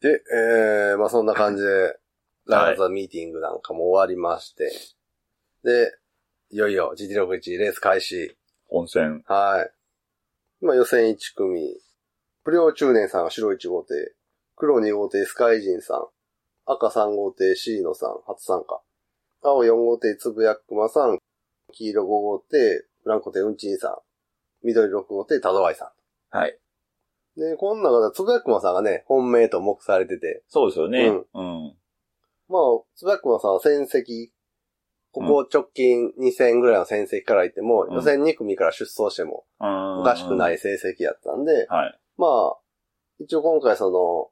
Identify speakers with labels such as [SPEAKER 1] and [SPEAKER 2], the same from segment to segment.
[SPEAKER 1] で、えー、まあそんな感じで、ランザミーティングなんかも終わりまして、で、いよいよ GT61 レース開始。
[SPEAKER 2] 本戦。
[SPEAKER 1] はい。今予選1組。不良中年さんが白1号艇。黒2号艇スカイジンさん。赤3号艇シーノさん、初参加。青4号艇つぶやくまさん。黄色5号艇ブランコ艇うんちんさん。緑6号艇たどわいさ
[SPEAKER 2] はい。
[SPEAKER 1] ん。で、この中でつぶやくまさんがね、本命と目されてて。
[SPEAKER 2] そうですよね。
[SPEAKER 1] う
[SPEAKER 2] うん。
[SPEAKER 1] まあ、つぶやくまさんは戦績。ここ直近2戦ぐらいの戦績から言っても、
[SPEAKER 2] うん
[SPEAKER 1] 予選2組から出走しても
[SPEAKER 2] お。
[SPEAKER 1] おかしくないい成績やったんで、
[SPEAKER 2] はい。
[SPEAKER 1] まあ、一応今回その、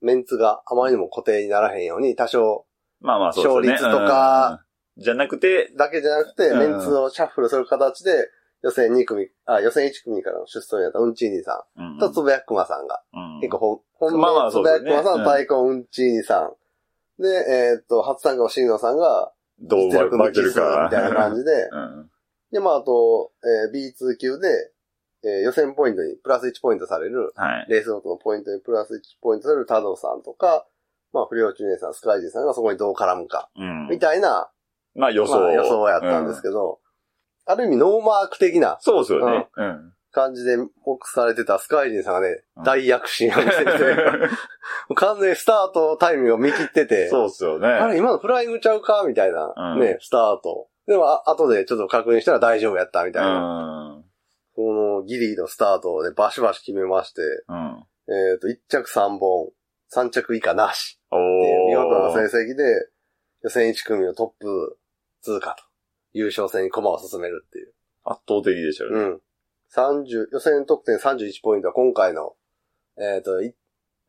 [SPEAKER 1] メンツがあまりにも固定にならへんように、多少
[SPEAKER 2] まあまあ、そうですね。
[SPEAKER 1] 勝率とか
[SPEAKER 2] うん、じゃなくて、
[SPEAKER 1] だけじゃなくて、
[SPEAKER 2] うん
[SPEAKER 1] メンツをシャッフルする形で、予選2組、あ、予選1組からの出走になったうんちーにさ
[SPEAKER 2] うん
[SPEAKER 1] んとつぶやくまさんが、
[SPEAKER 2] うん
[SPEAKER 1] 結構ほん、本
[SPEAKER 2] まあま
[SPEAKER 1] 命
[SPEAKER 2] あ
[SPEAKER 1] つ
[SPEAKER 2] そう
[SPEAKER 1] ぶ
[SPEAKER 2] で
[SPEAKER 1] や
[SPEAKER 2] す
[SPEAKER 1] く
[SPEAKER 2] ね
[SPEAKER 1] まさ、
[SPEAKER 2] うんん
[SPEAKER 1] 太鼓うんちーにさん。で、えーっと、初参加のしーのさんが、
[SPEAKER 2] どう
[SPEAKER 1] 実力
[SPEAKER 2] 負
[SPEAKER 1] 無
[SPEAKER 2] け
[SPEAKER 1] き
[SPEAKER 2] る
[SPEAKER 1] する
[SPEAKER 2] か。
[SPEAKER 1] みたいな感
[SPEAKER 2] じ。
[SPEAKER 1] じで、
[SPEAKER 2] うん。
[SPEAKER 1] で、まあ、あと、えー B2 級で、えー予選ポイントにプラス1ポイントされる、
[SPEAKER 2] はい。
[SPEAKER 1] レースごとのポイントにプラス1ポイントする多藤さんとか、まあ、不良中年さん、スカイジーさんがそこにどう絡むか、
[SPEAKER 2] うん
[SPEAKER 1] み。たいな、
[SPEAKER 2] まあ予想。
[SPEAKER 1] まあ予想やったんです
[SPEAKER 2] ど。
[SPEAKER 1] けど、ある意味ノーマーク的な
[SPEAKER 2] そうですよね。うん。
[SPEAKER 1] 感じで目されてたスカイジーさんがね
[SPEAKER 2] うん、
[SPEAKER 1] 大躍進を見 せて、完全にスタートタイミングを見切ってて、
[SPEAKER 2] そうっすよね。
[SPEAKER 1] あれ今のフライングちゃうかみたいな、
[SPEAKER 2] うん
[SPEAKER 1] ね、スタート。でも、あ後でちょっと確認したら大丈夫やったみたいな。
[SPEAKER 2] うん。
[SPEAKER 1] このギリのスタートをね、バシバシ決めまして、
[SPEAKER 2] うん。
[SPEAKER 1] えっ、と、1着3本、3着以下なし。
[SPEAKER 2] お
[SPEAKER 1] っていう見事
[SPEAKER 2] ー
[SPEAKER 1] な成績で、予選1組のトップ通過と、優勝戦に駒を進めるっていう。
[SPEAKER 2] 圧倒的でしたよ
[SPEAKER 1] う
[SPEAKER 2] ね。
[SPEAKER 1] ん。30、予選得点31ポイントは今回の、えっ、と、い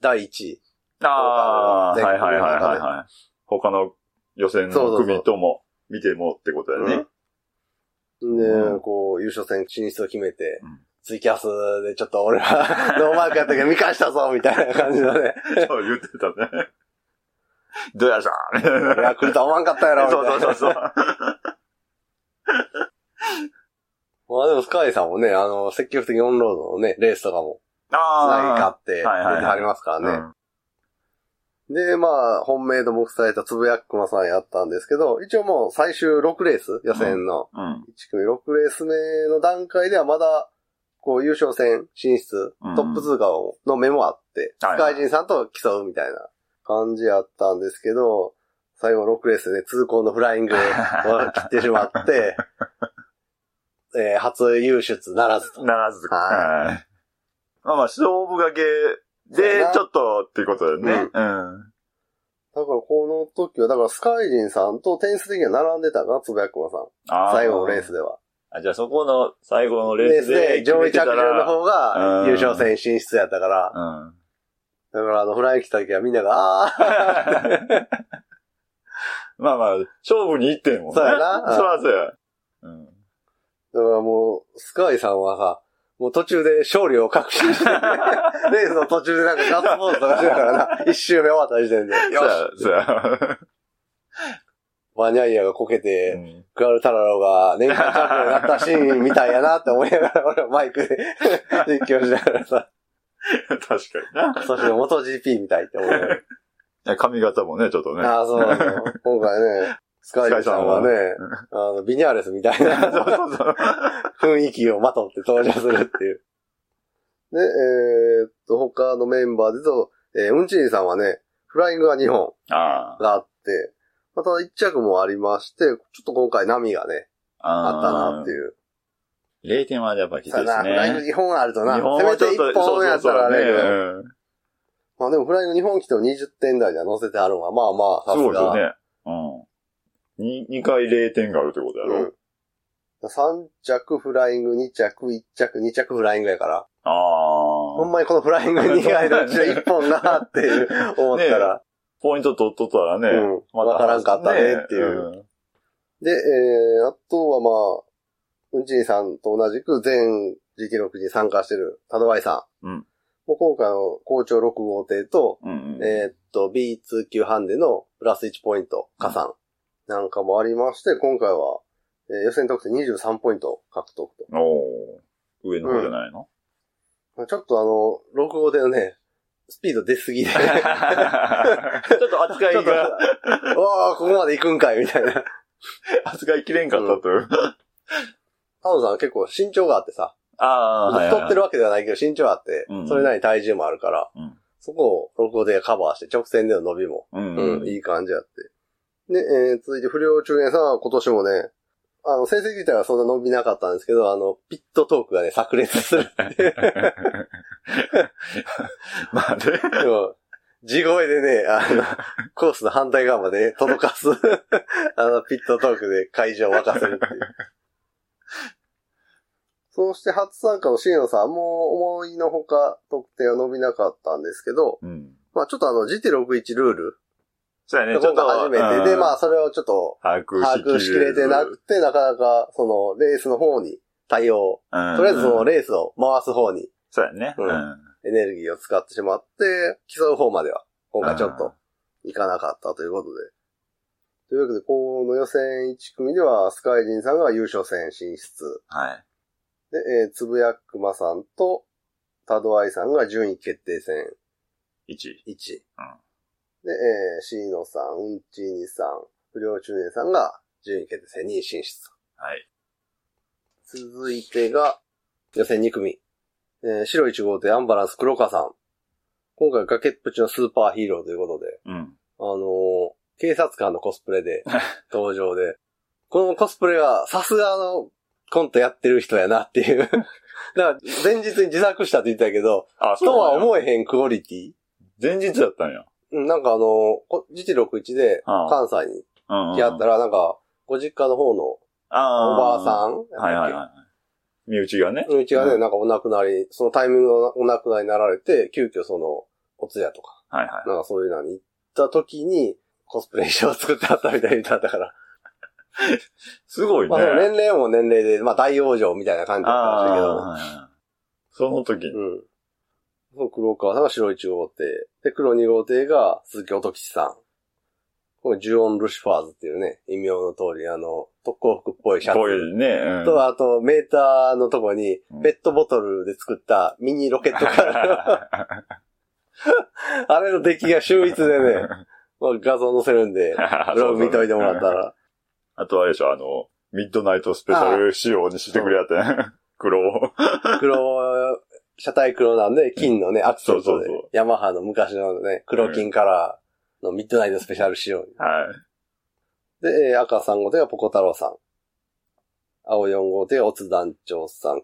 [SPEAKER 1] 第1位。
[SPEAKER 2] ああ、は
[SPEAKER 1] 全
[SPEAKER 2] いは
[SPEAKER 1] 国
[SPEAKER 2] いはい
[SPEAKER 1] の中
[SPEAKER 2] はい
[SPEAKER 1] で
[SPEAKER 2] はい。他の予選
[SPEAKER 1] そうそう
[SPEAKER 2] の
[SPEAKER 1] そう
[SPEAKER 2] 組とも見てもってことだよね。
[SPEAKER 1] うんで、
[SPEAKER 2] うん
[SPEAKER 1] こう、優勝戦進出を決めて、
[SPEAKER 2] うん
[SPEAKER 1] ツイキャスでちょっと俺は ノーマークやったけど見返したぞみたいな感じの ね、
[SPEAKER 2] そう言ってたね。どうやらしたみたい
[SPEAKER 1] いや、来るとは思わんかったやろ
[SPEAKER 2] な
[SPEAKER 1] みたい
[SPEAKER 2] そ
[SPEAKER 1] な。
[SPEAKER 2] うそうそうそう。
[SPEAKER 1] まあでもスカイさんもね、あの、積極的にオンロードのね、レースとかも、つなぎ勝
[SPEAKER 2] あ
[SPEAKER 1] って出て
[SPEAKER 2] はいはいはい
[SPEAKER 1] はりますから
[SPEAKER 2] あ。
[SPEAKER 1] ね。で、まあ、本命と目されたつぶやっくまさんやったんですけど、一応もう最終6レース、予選の
[SPEAKER 2] うん。うん。
[SPEAKER 1] 1組6レース目の段階ではまだ、こう優勝戦進出
[SPEAKER 2] うん、
[SPEAKER 1] トップ通過をの目もあって、
[SPEAKER 2] はい
[SPEAKER 1] スカイジンさんと競うみたいな感じやったんですけど、最後6レースで痛恨のフライングを切ってしま って、えー初優出ならずと。
[SPEAKER 2] ならず。
[SPEAKER 1] はい
[SPEAKER 2] はい。まあまあ、勝負がけ
[SPEAKER 1] そうや
[SPEAKER 2] で
[SPEAKER 1] な、
[SPEAKER 2] ちょっとっていうことだよね。うん。
[SPEAKER 1] だからこの時は、だからスカイジンさんと点数的には並んでたかな、つぶやっくまさん。
[SPEAKER 2] あー
[SPEAKER 1] 最後のレース。では。
[SPEAKER 2] あ、じゃあそこの最後のレ
[SPEAKER 1] レー
[SPEAKER 2] ース
[SPEAKER 1] ス
[SPEAKER 2] で
[SPEAKER 1] で
[SPEAKER 2] 決
[SPEAKER 1] 上
[SPEAKER 2] め
[SPEAKER 1] 位
[SPEAKER 2] てた
[SPEAKER 1] 着
[SPEAKER 2] ら。
[SPEAKER 1] 順の方が
[SPEAKER 2] うん
[SPEAKER 1] 優勝戦進出やったから、
[SPEAKER 2] うん。
[SPEAKER 1] だからあのフライ来た時はみんなが、あー
[SPEAKER 2] まあまあ、勝負に行ってんもんね。
[SPEAKER 1] そうやなうん
[SPEAKER 2] そうやそうや。うん。
[SPEAKER 1] だからもう、スカイさんはさ、もう途中で勝利を確信 して、レースの途中でなんかガッツポーズとかしてたからな、一周目終わった時点で、よ
[SPEAKER 2] そうや
[SPEAKER 1] し、
[SPEAKER 2] そうや。
[SPEAKER 1] バニャイアがこけ
[SPEAKER 2] う
[SPEAKER 1] て、
[SPEAKER 2] ん
[SPEAKER 1] クアルタラロが年間チャンピオンになったシーンみたいやなって思いながら、俺はマイクで 実況しながらさ、
[SPEAKER 2] 確かにな。
[SPEAKER 1] 今年の元 GP みたいって 思いながら。
[SPEAKER 2] いや髪型もね、ちょっとね。
[SPEAKER 1] ああ、そうなの。今回ね、スカイジンさんはね、あの、ビニャーレスみたいな。
[SPEAKER 2] そう そうそう。
[SPEAKER 1] 雰囲気をまとって登場するっていう。で、えーっと、他のメンバーでと、えーうんちりさんはね、フライングが2本
[SPEAKER 2] あ
[SPEAKER 1] があって、また1着もありまして、ちょっと今回波がね、
[SPEAKER 2] あ。あ
[SPEAKER 1] あったなっていう。
[SPEAKER 2] う。0点はやっぱきつい
[SPEAKER 1] さあ
[SPEAKER 2] です
[SPEAKER 1] な、フ
[SPEAKER 2] ね。
[SPEAKER 1] ライング2本あるとな、
[SPEAKER 2] 日
[SPEAKER 1] せ
[SPEAKER 2] 本は
[SPEAKER 1] め
[SPEAKER 2] ち
[SPEAKER 1] て
[SPEAKER 2] ょっと、
[SPEAKER 1] 1本やったらね、
[SPEAKER 2] そうそうそううん
[SPEAKER 1] まあでもフライング2本来ても20点台では乗せてあるのは、まあまあ、さ
[SPEAKER 2] すご
[SPEAKER 1] す
[SPEAKER 2] いよ
[SPEAKER 1] が。
[SPEAKER 2] ね。うん。に、二回0点があるってことやろ。
[SPEAKER 1] うん。3着フライング、2着、1着、2着フライングやから。
[SPEAKER 2] あ
[SPEAKER 1] ほん
[SPEAKER 2] あ。
[SPEAKER 1] まにこのフライングに入るうちの一本なっていう 思ったら、
[SPEAKER 2] ポイント取っとったらね。
[SPEAKER 1] うんわからんかったねっていう。
[SPEAKER 2] ね
[SPEAKER 1] で、えー、あとはまあ、うんちんさんと同じく全 GT6 に参加してるタドワイさん。
[SPEAKER 2] うん
[SPEAKER 1] もう今回の校長6号艇と、
[SPEAKER 2] うん。うんうん
[SPEAKER 1] えーっと、B2 級ハンデのプラス1ポイント加算なんかもありまして、今回は、えー予選得点23ポイント獲得と。
[SPEAKER 2] おー上の方じゃないの、
[SPEAKER 1] ちょっとあの、6号艇のね、スピード出すぎ で。
[SPEAKER 2] ちょっと扱いが、
[SPEAKER 1] わあ、ここまで行くんかいみたいな。
[SPEAKER 2] 扱いきれんかったという。
[SPEAKER 1] ハノさんは結構身長があってさ、
[SPEAKER 2] ああ、はいはい
[SPEAKER 1] 太ってるわけではないけど身長あって
[SPEAKER 2] うんう、ん
[SPEAKER 1] それなりに体重もあるから
[SPEAKER 2] うん、
[SPEAKER 1] そこを録音でカバーして直線での伸びも、
[SPEAKER 2] うん。
[SPEAKER 1] うん、いい感じやって。で、えー続いて不良中年さんは今年もね、あの、成績自体はそんな伸びなかったんですけど、あの、ピットトークがね、炸裂する。
[SPEAKER 2] まあね。
[SPEAKER 1] でも地声でね、あの、コースの反対側まで届かす、 あの、ピットトークで会場を沸かせるっていう。そうして初参加のシーノさんも思いのほか得点は伸びなかったんですけど、
[SPEAKER 2] うん。
[SPEAKER 1] まあちょっとあの GT61 ルール、
[SPEAKER 2] そうやね、ち
[SPEAKER 1] 今
[SPEAKER 2] ょっと。
[SPEAKER 1] 回初めてで、まあ
[SPEAKER 2] あ、
[SPEAKER 1] それをちょっと
[SPEAKER 2] 把握
[SPEAKER 1] 把握しきれてなくて、なかなかそのレースの方に対応、とりあえずその
[SPEAKER 2] れ。
[SPEAKER 1] レースを回す方に
[SPEAKER 2] そうやね。
[SPEAKER 1] うん
[SPEAKER 2] うん。
[SPEAKER 1] エネルギーを使ってしまって、競う方までは、今回ちょっと、いかなかったということで。というわけで、この予選1組では、スカイジンさんが優勝戦進出。
[SPEAKER 2] はい。
[SPEAKER 1] で、えーつぶやくまさんと、タドアイさんが順位決定戦
[SPEAKER 2] 1位。
[SPEAKER 1] 1。
[SPEAKER 2] うん
[SPEAKER 1] で、えー、シーノさん、ウンチーニさん、不良中年さんが順位決定戦2位進出。
[SPEAKER 2] はい。
[SPEAKER 1] 続いてが、予選2組。えー白1号艇アンバランス黒川さん。今回崖っぷちのスーパーヒーローということで、
[SPEAKER 2] うん。
[SPEAKER 1] あのー警察官のコスプレ で登場で、このコスプレがさすがのコントやってる人やなって いう。だから前日に自作したって言ってたけど、
[SPEAKER 2] あ、
[SPEAKER 1] とは
[SPEAKER 2] う。
[SPEAKER 1] 思えへんクオリティ。
[SPEAKER 2] 前日だったんや。
[SPEAKER 1] うんなんかあのーこ GT61 で
[SPEAKER 2] ああ
[SPEAKER 1] 関西に
[SPEAKER 2] うんうん。
[SPEAKER 1] 来はったら、なんか、ご実家の方のおば
[SPEAKER 2] あー
[SPEAKER 1] あさんやったっけ
[SPEAKER 2] はいはいはい。身内がね。
[SPEAKER 1] うちがね、
[SPEAKER 2] うん
[SPEAKER 1] なんかお亡くなり、そのタイミングのお亡くなりになられて、急遽その、お通夜とか、
[SPEAKER 2] はいはい。
[SPEAKER 1] なんかそういうのに行った時に、コスプレ衣装を作ってあったみたいだったから。
[SPEAKER 2] すごいね。
[SPEAKER 1] まあその年齢も年齢で、まあ大往生みたいな感じだったんだけど。
[SPEAKER 2] ああ、その時に。
[SPEAKER 1] うん。その黒川さんが白1号艇。で、黒2号艇が鈴木音吉さん。このジュオン・ルシファーズっていうね、異名の通り、あの、特攻服っぽいシャツ。
[SPEAKER 2] こういうね。うん
[SPEAKER 1] と、あと、メーターのとこに
[SPEAKER 2] うん、
[SPEAKER 1] ペットボトルで作ったミニロケットから、 あれの出来が秀逸で ね、まあ、画像載せるんで、ブログ見といてもらった。ら。
[SPEAKER 2] あとあれでしょ、あの、ミッドナイトスペシャル仕様にしてくれやってん。 黒を。
[SPEAKER 1] 黒、車体黒なんで、金のね、アクセン
[SPEAKER 2] そ
[SPEAKER 1] ト
[SPEAKER 2] う
[SPEAKER 1] で
[SPEAKER 2] そうそう、
[SPEAKER 1] ヤマハの昔のね、黒金カラーのミッドナイトスペシャル仕様に。
[SPEAKER 2] はい。
[SPEAKER 1] で、えー赤3号艇がポコ太郎さん。青4号艇がオツ団長さん。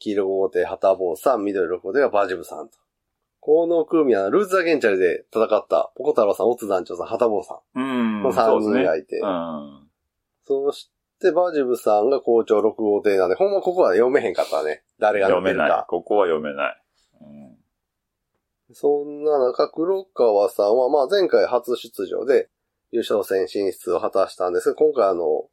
[SPEAKER 1] 黄色5号艇、ハタボーさん。緑6号艇がバジブさんと。この組は、ルーズ・ザ・ゲンチャリで戦った、ポコ太郎さん、オツ団長さん、ハタボーさ
[SPEAKER 2] うん
[SPEAKER 1] ん。の3
[SPEAKER 2] そう
[SPEAKER 1] 人
[SPEAKER 2] です
[SPEAKER 1] が
[SPEAKER 2] ね。
[SPEAKER 1] いて。
[SPEAKER 2] うん。
[SPEAKER 1] そして、バジブさんが校長6号艇なんで、ほんまここは読めへんかったね。誰が乗
[SPEAKER 2] 読
[SPEAKER 1] って
[SPEAKER 2] め
[SPEAKER 1] る
[SPEAKER 2] ない
[SPEAKER 1] か。。
[SPEAKER 2] ここは読めない。うん
[SPEAKER 1] そんな中、黒川さんは、まあ前回初出場で優勝戦進出を果たしたんですが、今回あの、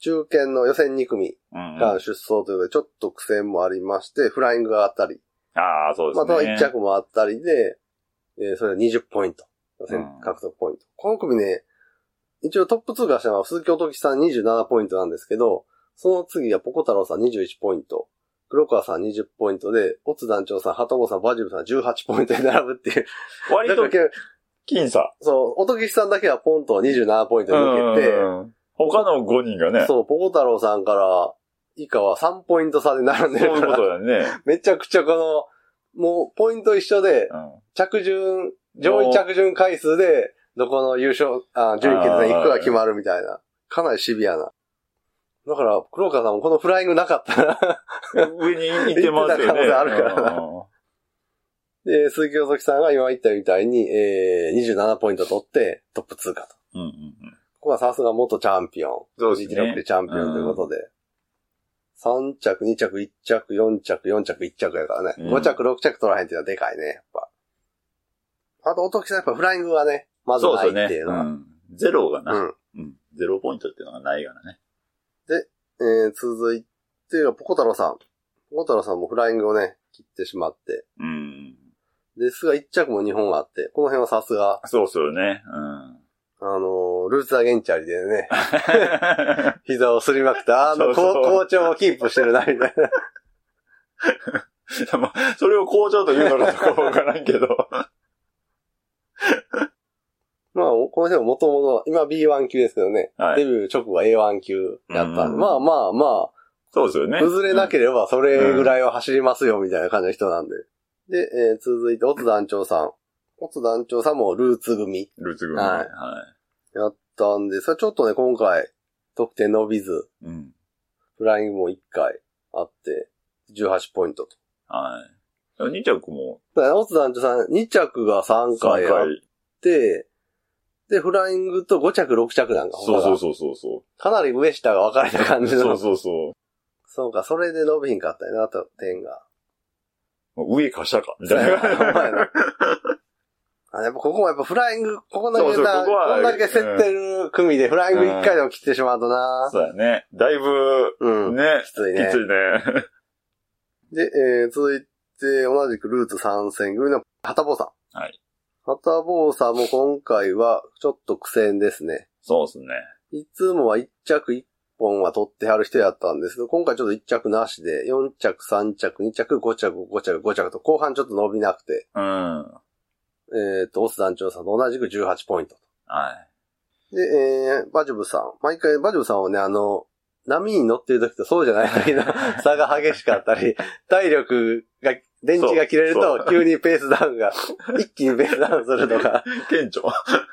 [SPEAKER 1] 中堅の予選2組
[SPEAKER 2] うんうん。
[SPEAKER 1] が出走ということで、ちょっと苦戦もありまして、フライングがあったり、
[SPEAKER 2] ああ、そうです
[SPEAKER 1] ま
[SPEAKER 2] ね。
[SPEAKER 1] たは1着もあったりで、えーそれで20ポイント。予選
[SPEAKER 2] うん
[SPEAKER 1] 獲得ポイント。この組ね、一応トップ通過したのは鈴木乙樹さん27ポイントなんですけど、その次がポコ太郎さん21ポイント、黒川さん20ポイントで、オツ団長さん、ハトボさん、バジブさん18ポイントに並ぶっていう。
[SPEAKER 2] 割
[SPEAKER 1] だか
[SPEAKER 2] と
[SPEAKER 1] らけ
[SPEAKER 2] 僅差。
[SPEAKER 1] そう、乙樹さんだけはポンと27ポイント抜けて、
[SPEAKER 2] うん他の5人がね。
[SPEAKER 1] そう、ポコ太郎さんから以下は3ポイント差で並んで
[SPEAKER 2] そう
[SPEAKER 1] る
[SPEAKER 2] いう
[SPEAKER 1] か
[SPEAKER 2] こ
[SPEAKER 1] ら、
[SPEAKER 2] とだよね。
[SPEAKER 1] めちゃくちゃこの、もうポイント一緒で、
[SPEAKER 2] うん
[SPEAKER 1] 着順、上位着順回数で、どこの優勝、あ順位決定に行くかが決まるみたいな。かなりシビアな。だから、黒川さんもこのフライングなかったな。
[SPEAKER 2] 上に行ってますよ
[SPEAKER 1] 行ってた
[SPEAKER 2] ね。
[SPEAKER 1] 可能性あるからな
[SPEAKER 2] うん
[SPEAKER 1] で、 鈴木尾きさんが今言ったみたいに、えー、27ポイント取ってトップ通過と。
[SPEAKER 2] うんうんうん。
[SPEAKER 1] ここはさすが元チャンピオン。
[SPEAKER 2] そうですね
[SPEAKER 1] 実力でチャンピオンということで。3着、2着、1着、4着、4着、1着やからね。
[SPEAKER 2] うん
[SPEAKER 1] 5着、6着取らへんっていうのはでかいね、やっぱ。あと、音木さんやっぱフライングがね、まず
[SPEAKER 2] そう
[SPEAKER 1] ない
[SPEAKER 2] そう
[SPEAKER 1] っ
[SPEAKER 2] ね
[SPEAKER 1] ていうのは。
[SPEAKER 2] うんゼロが
[SPEAKER 1] うん
[SPEAKER 2] な。うんゼロポイントっていうのがないからね。
[SPEAKER 1] えー、続いては、ポコ太郎さん。ポコ太郎さんもフライングをね、切ってしまって。
[SPEAKER 2] うん。
[SPEAKER 1] ですが、1着も2本あって、この辺はさすが、
[SPEAKER 2] そうそうよね。うん。
[SPEAKER 1] あのールーツ・アゲンチャリでね、 膝をすりまくって、あの、
[SPEAKER 2] そうそう
[SPEAKER 1] 好調をキープしてるな、みたい な。
[SPEAKER 2] まあそれを校長と言うのかどうかわからんけど。
[SPEAKER 1] まあ、この人ももともと、今 B1 級ですけどね、
[SPEAKER 2] はい
[SPEAKER 1] デビュー直後は A1 級やったんで、
[SPEAKER 2] うん
[SPEAKER 1] まあまあま
[SPEAKER 2] そうですよね。
[SPEAKER 1] あ、崩れなければそれぐらいは走りますよ、みたいな感じの人なんで。で、えー続いて、オツ団長さん。オツ団長さんもルーツ組
[SPEAKER 2] ルーツ組。
[SPEAKER 1] はい
[SPEAKER 2] は
[SPEAKER 1] やったんで、それちょっとね、今回、得点伸びず、
[SPEAKER 2] い。うん。
[SPEAKER 1] フライングも1回あって、18ポイントと。
[SPEAKER 2] はい。2着も
[SPEAKER 1] だから、オツ団長さん、2着が3
[SPEAKER 2] 3
[SPEAKER 1] 回
[SPEAKER 2] 回。
[SPEAKER 1] あって、で、フライングと5着、6着なんか、
[SPEAKER 2] そうそう
[SPEAKER 1] う。
[SPEAKER 2] そうそうそう。
[SPEAKER 1] かなり上下が分かれた感じの。
[SPEAKER 2] そうそうそ
[SPEAKER 1] そうか、それで伸びひんかったよな、と、点が。
[SPEAKER 2] う。もう上か下か、み
[SPEAKER 1] そう
[SPEAKER 2] たい
[SPEAKER 1] や
[SPEAKER 2] な。
[SPEAKER 1] なほんまやなあ、やっぱここもやっぱフライング、ここだけ
[SPEAKER 2] そうそう
[SPEAKER 1] だ、
[SPEAKER 2] ここは
[SPEAKER 1] こんだけ競ってる組でフライング1回でも切ってしまうとな。
[SPEAKER 2] そうやね。だいぶ、
[SPEAKER 1] うん。
[SPEAKER 2] ね
[SPEAKER 1] き、つい
[SPEAKER 2] き
[SPEAKER 1] ね
[SPEAKER 2] つ。いね。
[SPEAKER 1] で、えー、続いて、同じくルーツ参戦組の、はたぼうさん。
[SPEAKER 2] はい。
[SPEAKER 1] はたぼうさんも今回は、ちょっと苦戦ですね。
[SPEAKER 2] そうですね。
[SPEAKER 1] いつもは1着1本は取ってはる人やったんですけど、今回ちょっと1着なしで、4着、3着、2着、5着、5着、5着と、後半ちょっと伸びなくて、
[SPEAKER 2] うん。は
[SPEAKER 1] えっと、オス団長さんと同じく18ポイント。で、えー、バジョブさん。毎回、バジョブさんはね、あの、波に乗ってる時とそうじゃ ない時の差が激しかったり、体力が、電池が切れる
[SPEAKER 2] そ
[SPEAKER 1] と
[SPEAKER 2] う
[SPEAKER 1] 急にペースダウン が、一気にペースダウンするとか、
[SPEAKER 2] い。顕 著。
[SPEAKER 1] だか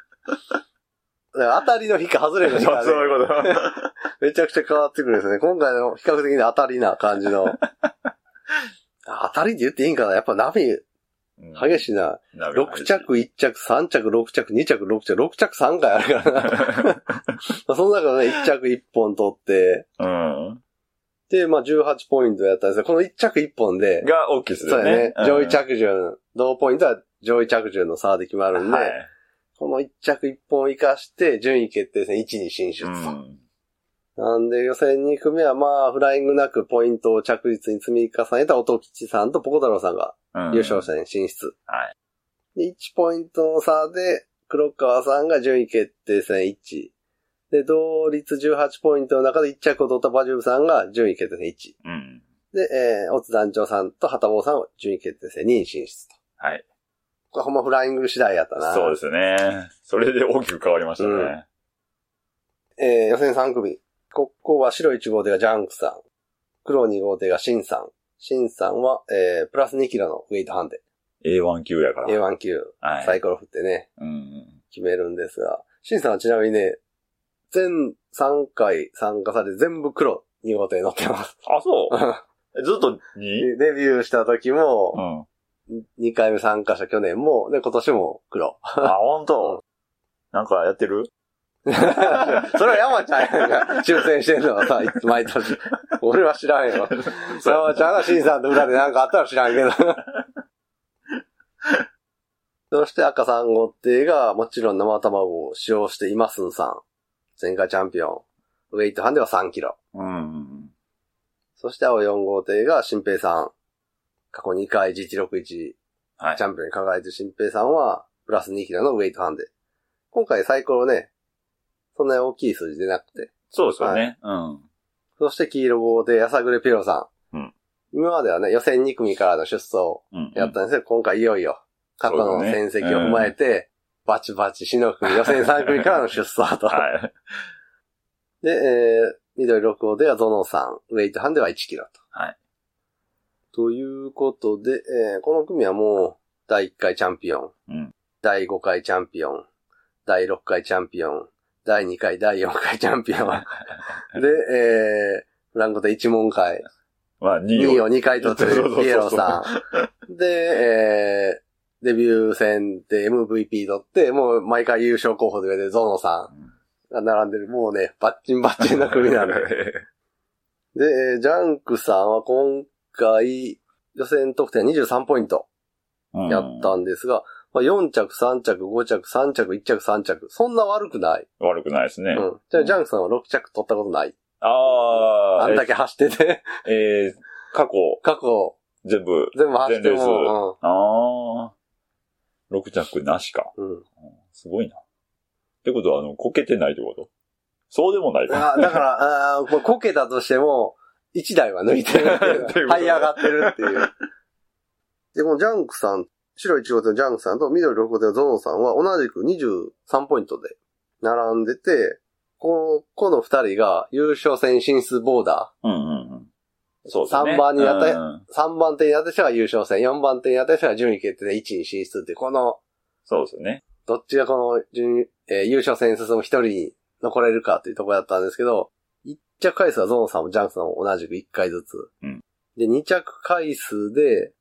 [SPEAKER 1] ら当たりの日か外れの日
[SPEAKER 2] そ
[SPEAKER 1] か
[SPEAKER 2] う
[SPEAKER 1] ね、
[SPEAKER 2] そういう こと。
[SPEAKER 1] めちゃくちゃ変わってくるんですよね。今回の比較的に当たりな感じ の。あ当たりって言っていいんかなやっぱ波激
[SPEAKER 2] し
[SPEAKER 1] しいな。
[SPEAKER 2] い。な
[SPEAKER 1] 6着、1着、3着、6着、2着、6着、6着3回あるから な。その中でね、1着1本取って、
[SPEAKER 2] うん。
[SPEAKER 1] で、まあ、18ポイントやったんですが、この1着1本で、
[SPEAKER 2] が大きいです
[SPEAKER 1] そう
[SPEAKER 2] よ
[SPEAKER 1] や
[SPEAKER 2] ね。
[SPEAKER 1] ね、
[SPEAKER 2] うん
[SPEAKER 1] 上位着順、同ポイントは上位着順の差で決まるんで、
[SPEAKER 2] はい。
[SPEAKER 1] この1着1本生かして、順位決定戦1に進出
[SPEAKER 2] う
[SPEAKER 1] と。
[SPEAKER 2] ん。
[SPEAKER 1] なんで、予選2組目はまあ、フライングなくポイントを着実に積み重ねた音吉さんとポコ太郎さんが
[SPEAKER 2] うん
[SPEAKER 1] 優勝者に進出。
[SPEAKER 2] はい
[SPEAKER 1] で、1ポイントの差で、黒川さんが順位決定戦1。で、同率18ポイントの中で1着を取ったバジューブさんが順位決定戦1。
[SPEAKER 2] うん。
[SPEAKER 1] で、えー、オツ団長さんとハタボーさんを順位決定戦2位進出と。
[SPEAKER 2] はい。
[SPEAKER 1] これほんまフライング次第やったな。
[SPEAKER 2] そうですね。それで大きく変わりましたね。
[SPEAKER 1] えー、予選3組。ここは白1号艇がジャンクさん。黒2号艇がシンさん。シンさんは、えー、プラス2キロのウェイトハンデ。
[SPEAKER 2] A1 級やから。
[SPEAKER 1] A1 級、
[SPEAKER 2] はい。
[SPEAKER 1] サイコロ振ってね、
[SPEAKER 2] うん。
[SPEAKER 1] 決めるんですが。シンさんはちなみにね、全3回参加されて全部黒2号艇に乗ってます。
[SPEAKER 2] あ、そう。ずっと 2?
[SPEAKER 1] でデビューした時
[SPEAKER 2] う
[SPEAKER 1] も、
[SPEAKER 2] ん。
[SPEAKER 1] 2回目参加した去年も、で、今年も黒。
[SPEAKER 2] あ、本当。なんかやってる
[SPEAKER 1] それは山ちゃんやんか。抽選してんのはさ、いつ毎年。俺は知らんよ。山ちゃんが新さんと裏でなんかあったら知らんけど。そして赤3号艇がもちろん生卵を使用していますんさん。前回チャンピオン。ウェイトハンでは3キロ。
[SPEAKER 2] うん。
[SPEAKER 1] そして青4号艇が新平さん。過去2回 G161 チ
[SPEAKER 2] はい
[SPEAKER 1] ャンピオンに輝いてる新平さんは、プラス2キロのウェイトハンデ。今回サイコロね、そんなに大きい数字出なくて。
[SPEAKER 2] そうですよね。うん。
[SPEAKER 1] そして黄色号艇、やさぐれピロさん。
[SPEAKER 2] うん
[SPEAKER 1] 今まではね、予選2組からの出走
[SPEAKER 2] うん。
[SPEAKER 1] やったんですけど、今回いよいよ、過去の
[SPEAKER 2] そうだ
[SPEAKER 1] 戦
[SPEAKER 2] ね
[SPEAKER 1] 績を踏まえて、バチバチしの組、予選3組からの出走 と。
[SPEAKER 2] はい。
[SPEAKER 1] で、えー、緑6号ではゾノさん、ウェイトハンでは1キロと。
[SPEAKER 2] はい。
[SPEAKER 1] ということで、えー、この組はもう、第1回チャンピオン、
[SPEAKER 2] うん
[SPEAKER 1] 第5回チャンピオン、第6回チャンピオン、第2回、第4回チャンピオン。 で、えー、フランコで一問会、
[SPEAKER 2] まあ、2
[SPEAKER 1] 2
[SPEAKER 2] 位
[SPEAKER 1] を
[SPEAKER 2] を。
[SPEAKER 1] 2回取って
[SPEAKER 2] そうそうそうそ
[SPEAKER 1] る
[SPEAKER 2] う
[SPEAKER 1] ピエロさん。で、えー、デビュー戦で MVP 取って、もう毎回優勝候補で出てるゾノさんが並んでる。もうね、バッチンバッチンな組なんで。で、えージャンクさんは今回、予選得点23ポイント
[SPEAKER 2] うん
[SPEAKER 1] やったんですが、まあ、4着、3着、5着、3着、1着、3着。そんな悪くない。
[SPEAKER 2] 悪くないですね
[SPEAKER 1] う。ん。じゃあ、ジャンクさんは6着取ったことない。
[SPEAKER 2] あ
[SPEAKER 1] あんだ
[SPEAKER 2] あ、
[SPEAKER 1] け走ってて、
[SPEAKER 2] えー、過去、
[SPEAKER 1] 過去、
[SPEAKER 2] 全部。
[SPEAKER 1] 全部走って
[SPEAKER 2] 全レース
[SPEAKER 1] も、うん
[SPEAKER 2] ああ、6着なしか。
[SPEAKER 1] うん。
[SPEAKER 2] すごいな。ってことは、あの、こけてないってことそうでもないか。
[SPEAKER 1] あだから、あーここけたとしても、1台は抜いてるってい。
[SPEAKER 2] っていうう
[SPEAKER 1] 這い上がってるっていう。で、このジャンクさん白1号艇のジャンクさんと緑6号艇のゾノさんは同じく23ポイントで並んでて、ここの2人が優勝戦進出ボーダ
[SPEAKER 2] うんうんうん。そうだね。
[SPEAKER 1] 三番にやった
[SPEAKER 2] うんうん
[SPEAKER 1] ー、3番手に当たった人が優勝戦、4番手に当たった人が順位決定で1位進出っていう、この、
[SPEAKER 2] そうですね。
[SPEAKER 1] どっちがこの順、えー優勝戦に進む1人に残れるかっていうところだったんですけど、1着回数はゾノさんもジャンクさんも同じく1回ずつ。
[SPEAKER 2] うん
[SPEAKER 1] で、2着回数で、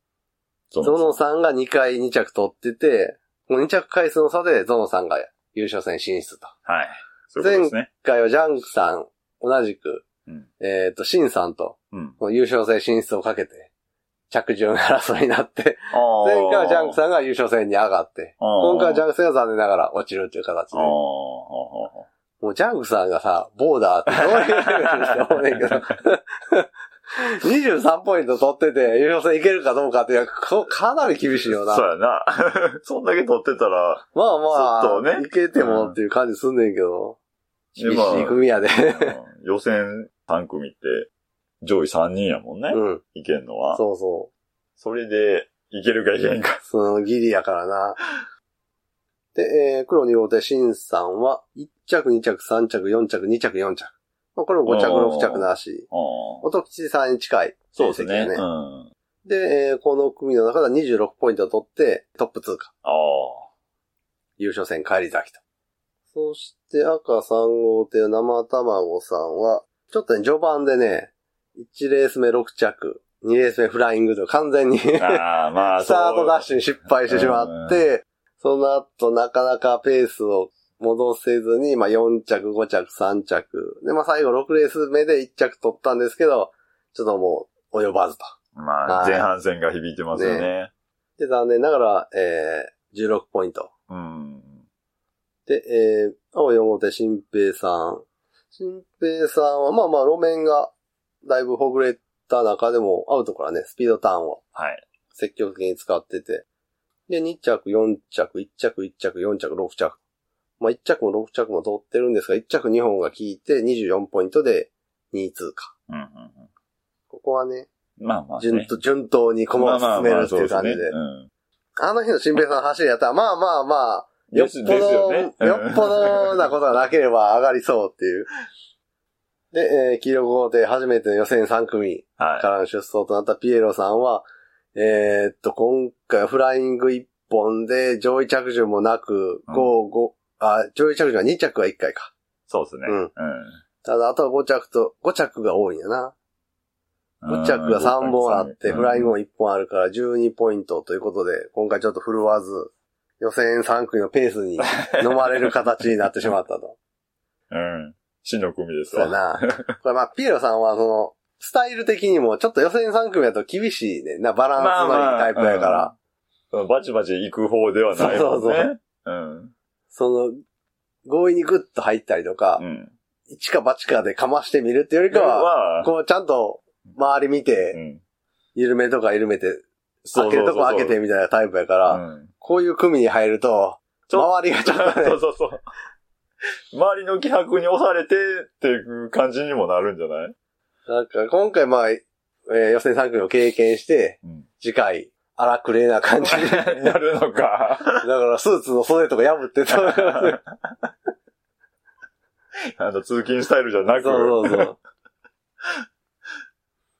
[SPEAKER 2] ゾ
[SPEAKER 1] ゾノさんが2回2着取ってて、もう2着回数の差でゾノさんが優勝戦進出と。
[SPEAKER 2] はい。そういうことですね。
[SPEAKER 1] 今回はジャンクさん、同じく、
[SPEAKER 2] うん。
[SPEAKER 1] えっ、と、シンさんと、
[SPEAKER 2] うん。
[SPEAKER 1] この優勝戦進出をかけて、着順争いになって、前回はジャンク
[SPEAKER 2] ん。
[SPEAKER 1] さんが優勝戦に上がって、今
[SPEAKER 2] 今
[SPEAKER 1] 回はジャン
[SPEAKER 2] ク
[SPEAKER 1] クさんが残念ながら落ちるという形で
[SPEAKER 2] あーあー。あー
[SPEAKER 1] もうジャンクさんがさ、ボーダーってどういうレベルにして思うねんけ ど。23ポイント取ってて、優勝戦いけるかどうかっていうのはこかなり厳しいよな。
[SPEAKER 2] そうやな。 そんだけ取ってた ら、
[SPEAKER 1] まあまあ、
[SPEAKER 2] ちょっとね
[SPEAKER 1] いけてもっていう感じすんねんけど。厳しい組 やで。
[SPEAKER 2] うん予選3組って上位3人やもんね。
[SPEAKER 1] うん。
[SPEAKER 2] いけんのは。
[SPEAKER 1] そうそ
[SPEAKER 2] それで、いけるかいけんか
[SPEAKER 1] う。。そのギリやからな。で、えー、黒2号艇シンさんは、1着、2着、3着、4着、2着、4着。まあこれも5着、
[SPEAKER 2] おー
[SPEAKER 1] 6着なし。
[SPEAKER 2] あー
[SPEAKER 1] 音吉さんに近い成
[SPEAKER 2] そうです
[SPEAKER 1] 績
[SPEAKER 2] ね。
[SPEAKER 1] や、
[SPEAKER 2] うん。あ
[SPEAKER 1] で、えーこの組の中では26ポイント取って、トップ通過。
[SPEAKER 2] あ
[SPEAKER 1] 優勝戦帰り咲きと。そして赤3号艇生卵さんは、ちょっとね、序盤でね、1レース目6着、2レース目フライングと完全に 、ス
[SPEAKER 2] ー。ああ、まあ、そう
[SPEAKER 1] タートダッシュに失敗してしまって、その後なかなかペースを戻せずに、まあ4着、5着、3着。で、まあ最後6レース目で1着取ったんですけど、ちょっともう及ばずと。
[SPEAKER 2] ま
[SPEAKER 1] は
[SPEAKER 2] あ、
[SPEAKER 1] い
[SPEAKER 2] 前半戦が響いてますよね。
[SPEAKER 1] で、残念ながら、えー、16ポイント。
[SPEAKER 2] うん。
[SPEAKER 1] で、えー、青4号艇新平さん。新平さんは、まあまあ、路面がだいぶほぐれた中でも、アウトからね、スピードターンを
[SPEAKER 2] はい。
[SPEAKER 1] 積極的に使ってて。で、2着、4着、1着、1着、4着、6着。まあ、1着も6着も取ってるんですが、1着2本が効いて、24ポイントで2位通過。
[SPEAKER 2] うんうん
[SPEAKER 1] ここはね、
[SPEAKER 2] うん。まあまあ、ね。
[SPEAKER 1] 順当、順当に駒を進めるっていう感じで
[SPEAKER 2] まあまあまあそうすね。うん
[SPEAKER 1] あの日の新平さんの走りやったら、まあまあまあ、よ
[SPEAKER 2] で
[SPEAKER 1] っ
[SPEAKER 2] す
[SPEAKER 1] ぽ
[SPEAKER 2] ですよ
[SPEAKER 1] ど、
[SPEAKER 2] ね
[SPEAKER 1] よっぽどなことがなければ上がりそうっていう。で、えー、黄色号艇初めての予選3組か
[SPEAKER 2] は
[SPEAKER 1] らの出走となったピエロさんは、えーっと、今回はフライング1本で上位着順もなく、
[SPEAKER 2] う
[SPEAKER 1] 5、
[SPEAKER 2] ん
[SPEAKER 1] 5、あ、上位着順は2着は1回か。
[SPEAKER 2] い。そうですね。
[SPEAKER 1] うん
[SPEAKER 2] う
[SPEAKER 1] ただ、あとは5着と、5着が多いんやな。
[SPEAKER 2] ん。
[SPEAKER 1] 5着が3本あって、フライング
[SPEAKER 2] を
[SPEAKER 1] も1本あるから12ポイントということで、今回ちょっと振るわず、予選3組のペースに飲まれる形になってしまったと。
[SPEAKER 2] うん。死の組です
[SPEAKER 1] そう
[SPEAKER 2] わ。
[SPEAKER 1] やな。 これまあ、ピエロさんはその、スタイル的にもちょっと予選3組だと厳しいねんな、バランスのいいタイプやから。
[SPEAKER 2] まあまうんバチバチ行く方ではないもんね。
[SPEAKER 1] そうそうそう
[SPEAKER 2] うん。
[SPEAKER 1] その、強引にグッと入ったりとか
[SPEAKER 2] う、ん。
[SPEAKER 1] 一、か八かでかましてみるっていうよりかは、
[SPEAKER 2] は
[SPEAKER 1] こうちゃんと周り見
[SPEAKER 2] う
[SPEAKER 1] て、
[SPEAKER 2] ん。
[SPEAKER 1] 緩めとか緩めて、
[SPEAKER 2] そ
[SPEAKER 1] 開
[SPEAKER 2] う
[SPEAKER 1] け
[SPEAKER 2] そう
[SPEAKER 1] る
[SPEAKER 2] そう
[SPEAKER 1] と
[SPEAKER 2] そう
[SPEAKER 1] こ開けてみたいなタイプやから、
[SPEAKER 2] うん
[SPEAKER 1] こういう組に入ると、
[SPEAKER 2] ちょ
[SPEAKER 1] 周りがちょっ とね
[SPEAKER 2] そう、そうそう。周りの気迫に押されてっていう感じにもなるんじゃない
[SPEAKER 1] なんか今回まあ、えー予選3組を経験して、
[SPEAKER 2] うん
[SPEAKER 1] 次回、荒くれな感 じに
[SPEAKER 2] なるのか。
[SPEAKER 1] だから、スーツの袖とか破ってた。 そう
[SPEAKER 2] あの、通勤スタイルじゃなく。
[SPEAKER 1] そうそう。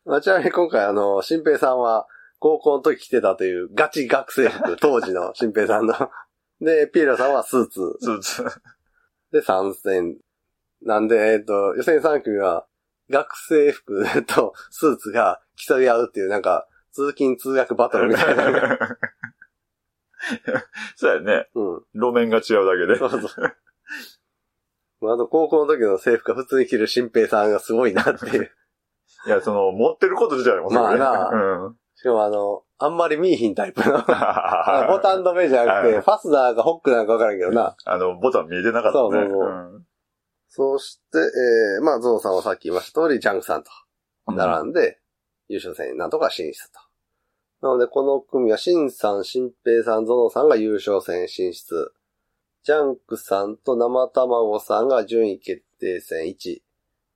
[SPEAKER 1] まあ、ちなみに今回、あの、新平さんは、高校の時着てたというガチ学生 服、当時の新平さんの。で、ピエロさんはスーツ
[SPEAKER 2] そうそう。
[SPEAKER 1] で参戦。なんで、えっと、予選3組は、学生服 とスーツが競い合うっていう、なんか、通勤通学バトルみ たいな。
[SPEAKER 2] そうやね。
[SPEAKER 1] うん。
[SPEAKER 2] 路面が違うだけで
[SPEAKER 1] そ。うそう。まあ、あと、高校の時の制服が普通に着る新平さんがすごいなっていう。
[SPEAKER 2] いや、その、持ってること自体もすごいね
[SPEAKER 1] まあな
[SPEAKER 2] うん。
[SPEAKER 1] しかもあの、あんまり見いひんタイプの。ボタン止めじゃなく
[SPEAKER 2] は
[SPEAKER 1] て、
[SPEAKER 2] い
[SPEAKER 1] ファスナーかホックなんかわからんけどな。
[SPEAKER 2] あの、ボタン見えてなかったね。
[SPEAKER 1] そうそうそうんそして、えー、まあ、ゾウさんはさっき言いました通り、ジャンクさんと並んで、優勝戦になんとか進出と。なので、この組は、シンさん、シンペイさん、ゾノさんが優勝戦進出。ジャンクさんと生卵さんが順位決定戦1。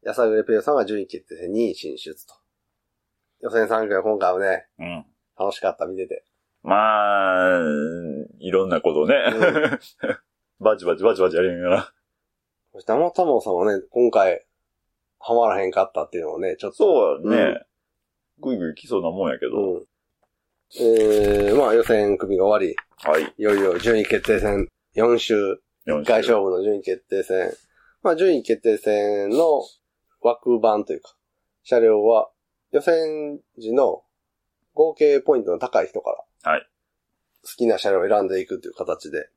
[SPEAKER 1] やさぐれペヨさんが順位決定戦2位進出と。予選3組は今回はね、
[SPEAKER 2] うん。
[SPEAKER 1] 楽しかった、見てて。
[SPEAKER 2] まあ、いろんなことね。
[SPEAKER 1] う
[SPEAKER 2] バチバチバチバチやりながら。
[SPEAKER 1] そして、天野さんはね、今回、ハマらへんかったっていうのをね、ちょっと。
[SPEAKER 2] そうだね。ぐいぐい来そうなもんやけど。
[SPEAKER 1] うん。えー、まあ予選組が終わ
[SPEAKER 2] はい。
[SPEAKER 1] り、いよいよ順位決定戦、4週、
[SPEAKER 2] 4
[SPEAKER 1] 1回勝負の順位決定戦。まあ順位決定戦の枠番というか、車両は予選時の合計ポイントの高い人から、
[SPEAKER 2] はい
[SPEAKER 1] 好きな車両を選んでいくという形で。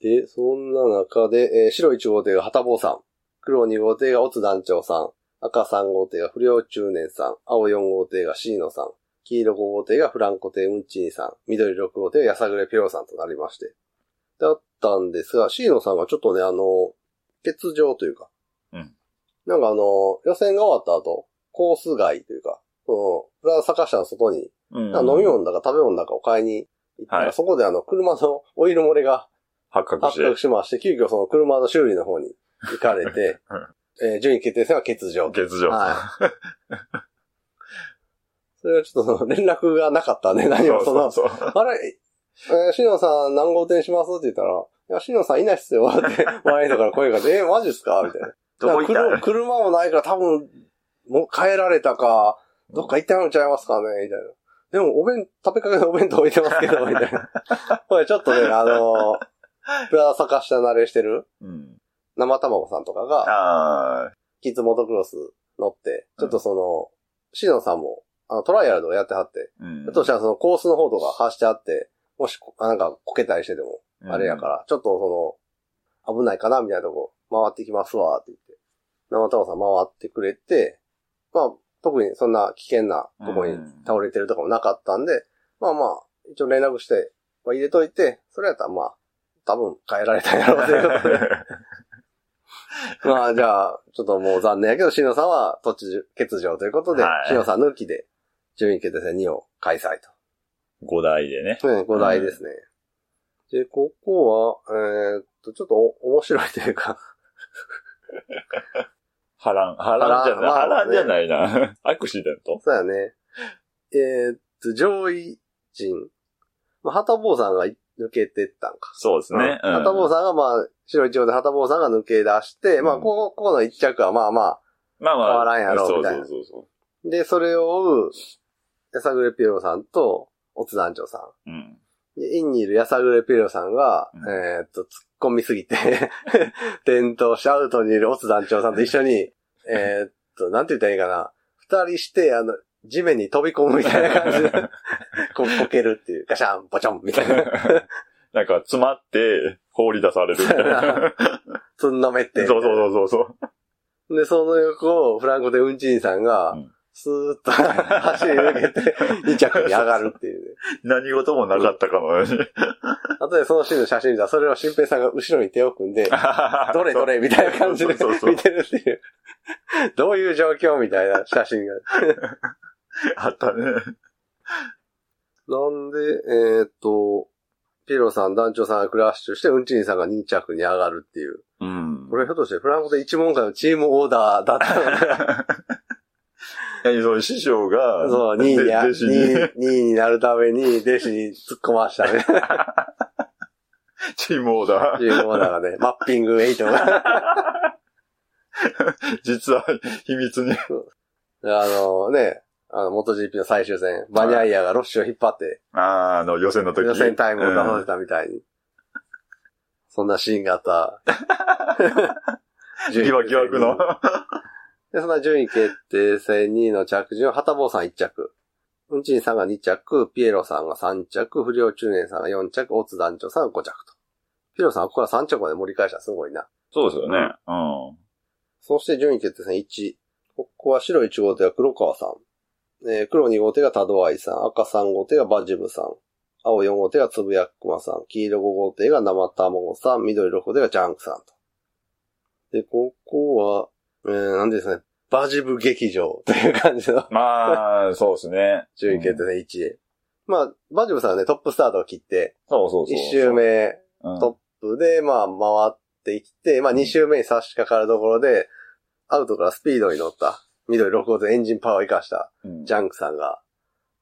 [SPEAKER 1] で、そんな中で、えー白1号艇が旗坊さん、黒2号艇がオツ団長さん、赤3号艇が不良中年さん、青4号艇がシーノさん、黄色5号艇がフランコ艇ウンチーニさん、緑6号艇がやさぐれピロさんとなりまして。だったんですが、シーノさんがちょっとね、あの、欠場というか。
[SPEAKER 2] うん
[SPEAKER 1] なんかあの、予選が終わった後、コース外というか、その、プラザ坂下の外に、
[SPEAKER 2] うん
[SPEAKER 1] なんか飲み物だか食べ物だかを買いに行ったら、
[SPEAKER 2] はい
[SPEAKER 1] そこであの、車のオイル漏れが
[SPEAKER 2] 発覚し
[SPEAKER 1] 発
[SPEAKER 2] て、
[SPEAKER 1] 覚。しまして、急遽その車の修理の方に行かれて えー順位決定戦は欠場。
[SPEAKER 2] 欠場。
[SPEAKER 1] はい。 それはちょっとその連絡がなかったんで、何もその、
[SPEAKER 2] そうそうそう
[SPEAKER 1] あれ、えー、しのさん何号店しますって言ったら、いや、しのさんいないっすよって、 周りの人から声が出て、えーマジっすかみたいな。
[SPEAKER 2] どこ行っ
[SPEAKER 1] だから
[SPEAKER 2] た
[SPEAKER 1] 車車もないから多分、もう帰られたか、どっか行ったのちゃいますかねみたいな。でも、お弁、食べかけのお弁当置いてますけど、みたいな。 これちょっとね、あのプラサカ下慣れしてる
[SPEAKER 2] うん。
[SPEAKER 1] 生卵さんとかが、
[SPEAKER 2] ああ、
[SPEAKER 1] キッズモトクロス乗って、ちょっとその、シノさんも、あの、トライアルとかやってはって、
[SPEAKER 2] うん。
[SPEAKER 1] ちょっとしたらそのコースの方とか走ってあって、もし、こなんかこけたりしてても、あれやからら、ちょっとその、危ないかな、みたいなとこ、回ってきますわ、って言って。生卵さん回ってくれて、まあ、特にそんな危険なとこに倒れてるとかもなかったんで、まあまあ、一応連絡して、まあ、入れといて、それやったらまあ、多分変えられたんやろうということ で。まあ、じゃあ、ちょっともう残念やけど、しのさんは途中欠場ということで
[SPEAKER 2] は、い
[SPEAKER 1] しのさん抜きで、順位決定戦2を開催と。
[SPEAKER 2] 5台でね。
[SPEAKER 1] ね、5台ですね。で、ここは、えーっと、ちょっとお面白いというか、
[SPEAKER 2] 波乱、波乱じゃない、波
[SPEAKER 1] 波乱
[SPEAKER 2] 乱じゃないな。 アクシデント
[SPEAKER 1] そうやね。えーっと、上位陣。まあ、はたぼうさんが抜けてったんか。
[SPEAKER 2] そうですね。
[SPEAKER 1] はたぼうさんが、まあ、白一応ではたぼうさんが抜け出して、まあ、
[SPEAKER 2] うん
[SPEAKER 1] ここ、ここの一着はまあまあ、
[SPEAKER 2] ん。まあまあ。
[SPEAKER 1] 変わらんやろ
[SPEAKER 2] そう
[SPEAKER 1] みたい
[SPEAKER 2] そ
[SPEAKER 1] な
[SPEAKER 2] うそうそ
[SPEAKER 1] で、それを追う、やさぐれピエロさんと、おつ団長さん。
[SPEAKER 2] う。うん。
[SPEAKER 1] でインにいるやさぐれピエロさんが、
[SPEAKER 2] うん
[SPEAKER 1] えーっと、突っ込みすぎて、 転倒してアウトにいるオツ団長さんと一緒 に、えーっと、なんて言ったらいいかな。二人して、あの、地面に飛び込むみたいな感じ で、こう、こけるっていう、ガシャン、ボチョンみたいな。
[SPEAKER 2] なんか、詰まって、放り出されるみたいな。
[SPEAKER 1] つんのめって。
[SPEAKER 2] そうそうそうそうそう。
[SPEAKER 1] で、その横をフランコでウンチーンさんが
[SPEAKER 2] うん、
[SPEAKER 1] スーッと 走り抜けて、二着に上がるっていうね。
[SPEAKER 2] 何事もなかったかのように。
[SPEAKER 1] あとでそのシーンの写真見たら、それを新平さんが後ろに手を組んで、 どれどれみたいな感じで
[SPEAKER 2] そうそうそう
[SPEAKER 1] 見てるっていう。どういう状況みたいな写真が。
[SPEAKER 2] あったね。
[SPEAKER 1] なんで、えーっと、ピエロさん、団長さんがクラッシュして、うんちにさんが2着に上がるっていう。
[SPEAKER 2] うん
[SPEAKER 1] これひょっとしてフランコで一問会のチームオーダーだったので
[SPEAKER 2] 何その師匠が、
[SPEAKER 1] そう、2位に、
[SPEAKER 2] で
[SPEAKER 1] 2
[SPEAKER 2] 弟子に
[SPEAKER 1] 位に二位になるために弟子に突っ込ました ね。
[SPEAKER 2] チームオーダ
[SPEAKER 1] チームオーダーがね、マッピング8が。
[SPEAKER 2] ー。実は秘密 に。
[SPEAKER 1] あのね、あの、元 GP の最終戦、バニャイアがロッシュを引っ張って、
[SPEAKER 2] あーあの、予選の時。
[SPEAKER 1] 予選タイムを出さ
[SPEAKER 2] う
[SPEAKER 1] せ
[SPEAKER 2] ん
[SPEAKER 1] たみたいに。そんなシーンがあ った。
[SPEAKER 2] 疑惑疑惑の。
[SPEAKER 1] で、そんな順位決定戦2位の着順、はたぼうさん1着。うんちんさんが2着、ピエロさんが3着、不良中年さんが4着、オツ団長さんが5着と。ピエロさんはここから3着まで盛り返したらすごいな。
[SPEAKER 2] そうですよね。うん。
[SPEAKER 1] そして順位決定戦1。ここは白1号艇が黒川さん。えー黒2号艇が田戸愛さん。赤3号艇がバジブさん。青4号艇がつぶやくまさん。黄色5号艇が生卵さん。緑6号艇がジャンクさんと。で、ここは、えー、なんていうんですかね。バジブ劇場 という感じの
[SPEAKER 2] まあ、そうですね。
[SPEAKER 1] 順位決
[SPEAKER 2] うん
[SPEAKER 1] 定戦1。まあ、バジブさんはね、トップスタートを切って、
[SPEAKER 2] そうそうそう。
[SPEAKER 1] 1周目、
[SPEAKER 2] うん。
[SPEAKER 1] トップで、まあ、回っていって、まあ、2周目に差し掛かるところで、アウトからスピードに乗った、緑6号とエンジンパワーを生かした、
[SPEAKER 2] うん
[SPEAKER 1] ジャンクさんが、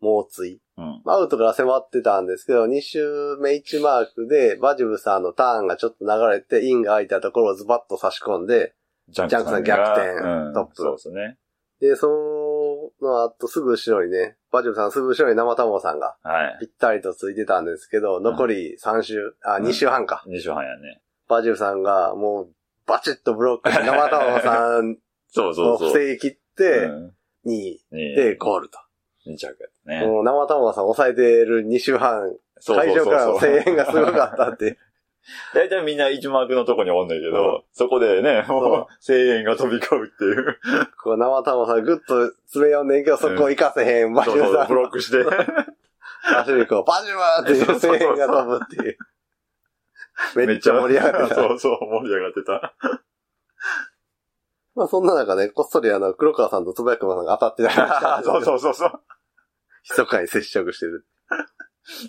[SPEAKER 1] 猛追。
[SPEAKER 2] うん。
[SPEAKER 1] アウトから迫ってたんですけど、2周目1マークで、バジブさんのターンがちょっと流れて、インが空いたところをズバッと差し込んで、
[SPEAKER 2] ジャ
[SPEAKER 1] ンクさん逆転トップ
[SPEAKER 2] そうですね。
[SPEAKER 1] で、その後すぐ後ろにね、バジブさんのすぐ後ろに生卵さんが
[SPEAKER 2] はい。
[SPEAKER 1] ぴったりとついてたんですけど、残り3周、あ、
[SPEAKER 2] うん
[SPEAKER 1] 2周半か。
[SPEAKER 2] 二勝半やね。
[SPEAKER 1] バジルさんがもうバチッとブロックして、生卵さん
[SPEAKER 2] そうそ
[SPEAKER 1] を
[SPEAKER 2] うそう。
[SPEAKER 1] 防ぎ切って、
[SPEAKER 2] うん
[SPEAKER 1] 2位
[SPEAKER 2] に
[SPEAKER 1] でゴールと。
[SPEAKER 2] 二着やったね。
[SPEAKER 1] もう生卵さんを抑えてる2周半、
[SPEAKER 2] そうそう
[SPEAKER 1] 会
[SPEAKER 2] そ
[SPEAKER 1] 場
[SPEAKER 2] うそう
[SPEAKER 1] から の声援がすごかったって。
[SPEAKER 2] 大体みんな1マークのとこにおんねんけ
[SPEAKER 1] う
[SPEAKER 2] ど、そこでね、
[SPEAKER 1] そう
[SPEAKER 2] もう声援が飛び交うっていう。
[SPEAKER 1] こう生卵さんぐっと詰め寄んねんけど、そこを行かせへん、バジ
[SPEAKER 2] そう
[SPEAKER 1] ル
[SPEAKER 2] そ
[SPEAKER 1] さ、
[SPEAKER 2] うんブロックして。
[SPEAKER 1] バジルこう、バジルーっていう声援が飛ぶっていう。めっちゃ盛り上がってた。
[SPEAKER 2] そうそう、盛り上がってた。
[SPEAKER 1] まあそんな中ね、こっそりあの、黒川さんとつばやくまさんが当たってたりした
[SPEAKER 2] そうそうそうそう。
[SPEAKER 1] 密かに接触してる。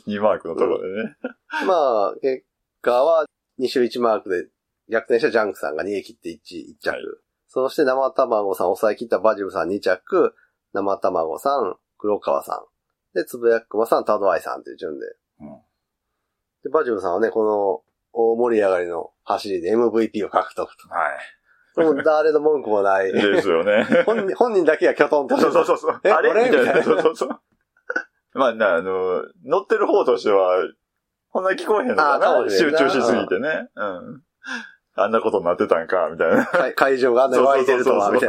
[SPEAKER 2] 2マークのとこでね。
[SPEAKER 1] まあ、結果は、2周1マークで逆転したジャンクさんが逃げ切って1、1着。
[SPEAKER 2] はい
[SPEAKER 1] そして生卵さんを抑え切ったバジブさん2着、生卵さん、黒川さん。で、つぶやくまさん、タドアイさんという順で。
[SPEAKER 2] うん
[SPEAKER 1] で、バジブさんはね、この、大盛り上がりの走りで MVP を獲得と。
[SPEAKER 2] は
[SPEAKER 1] これ も誰の文句もない
[SPEAKER 2] い。。ですよね。
[SPEAKER 1] 本人、本人だけがキョトンと。
[SPEAKER 2] そうそうそうそう。
[SPEAKER 1] え
[SPEAKER 2] あれ
[SPEAKER 1] 俺
[SPEAKER 2] みたい
[SPEAKER 1] みたいな
[SPEAKER 2] な。そうそうそう。まあ、な、あの、乗ってる方としては、こんな聞こえへんのか
[SPEAKER 1] あかも
[SPEAKER 2] な
[SPEAKER 1] しれ
[SPEAKER 2] 集
[SPEAKER 1] んな
[SPEAKER 2] 中しすぎてね。うん。あんなことになってたんか、みたいな。
[SPEAKER 1] 会会場があんなに湧いてるとは、
[SPEAKER 2] そ
[SPEAKER 1] み
[SPEAKER 2] う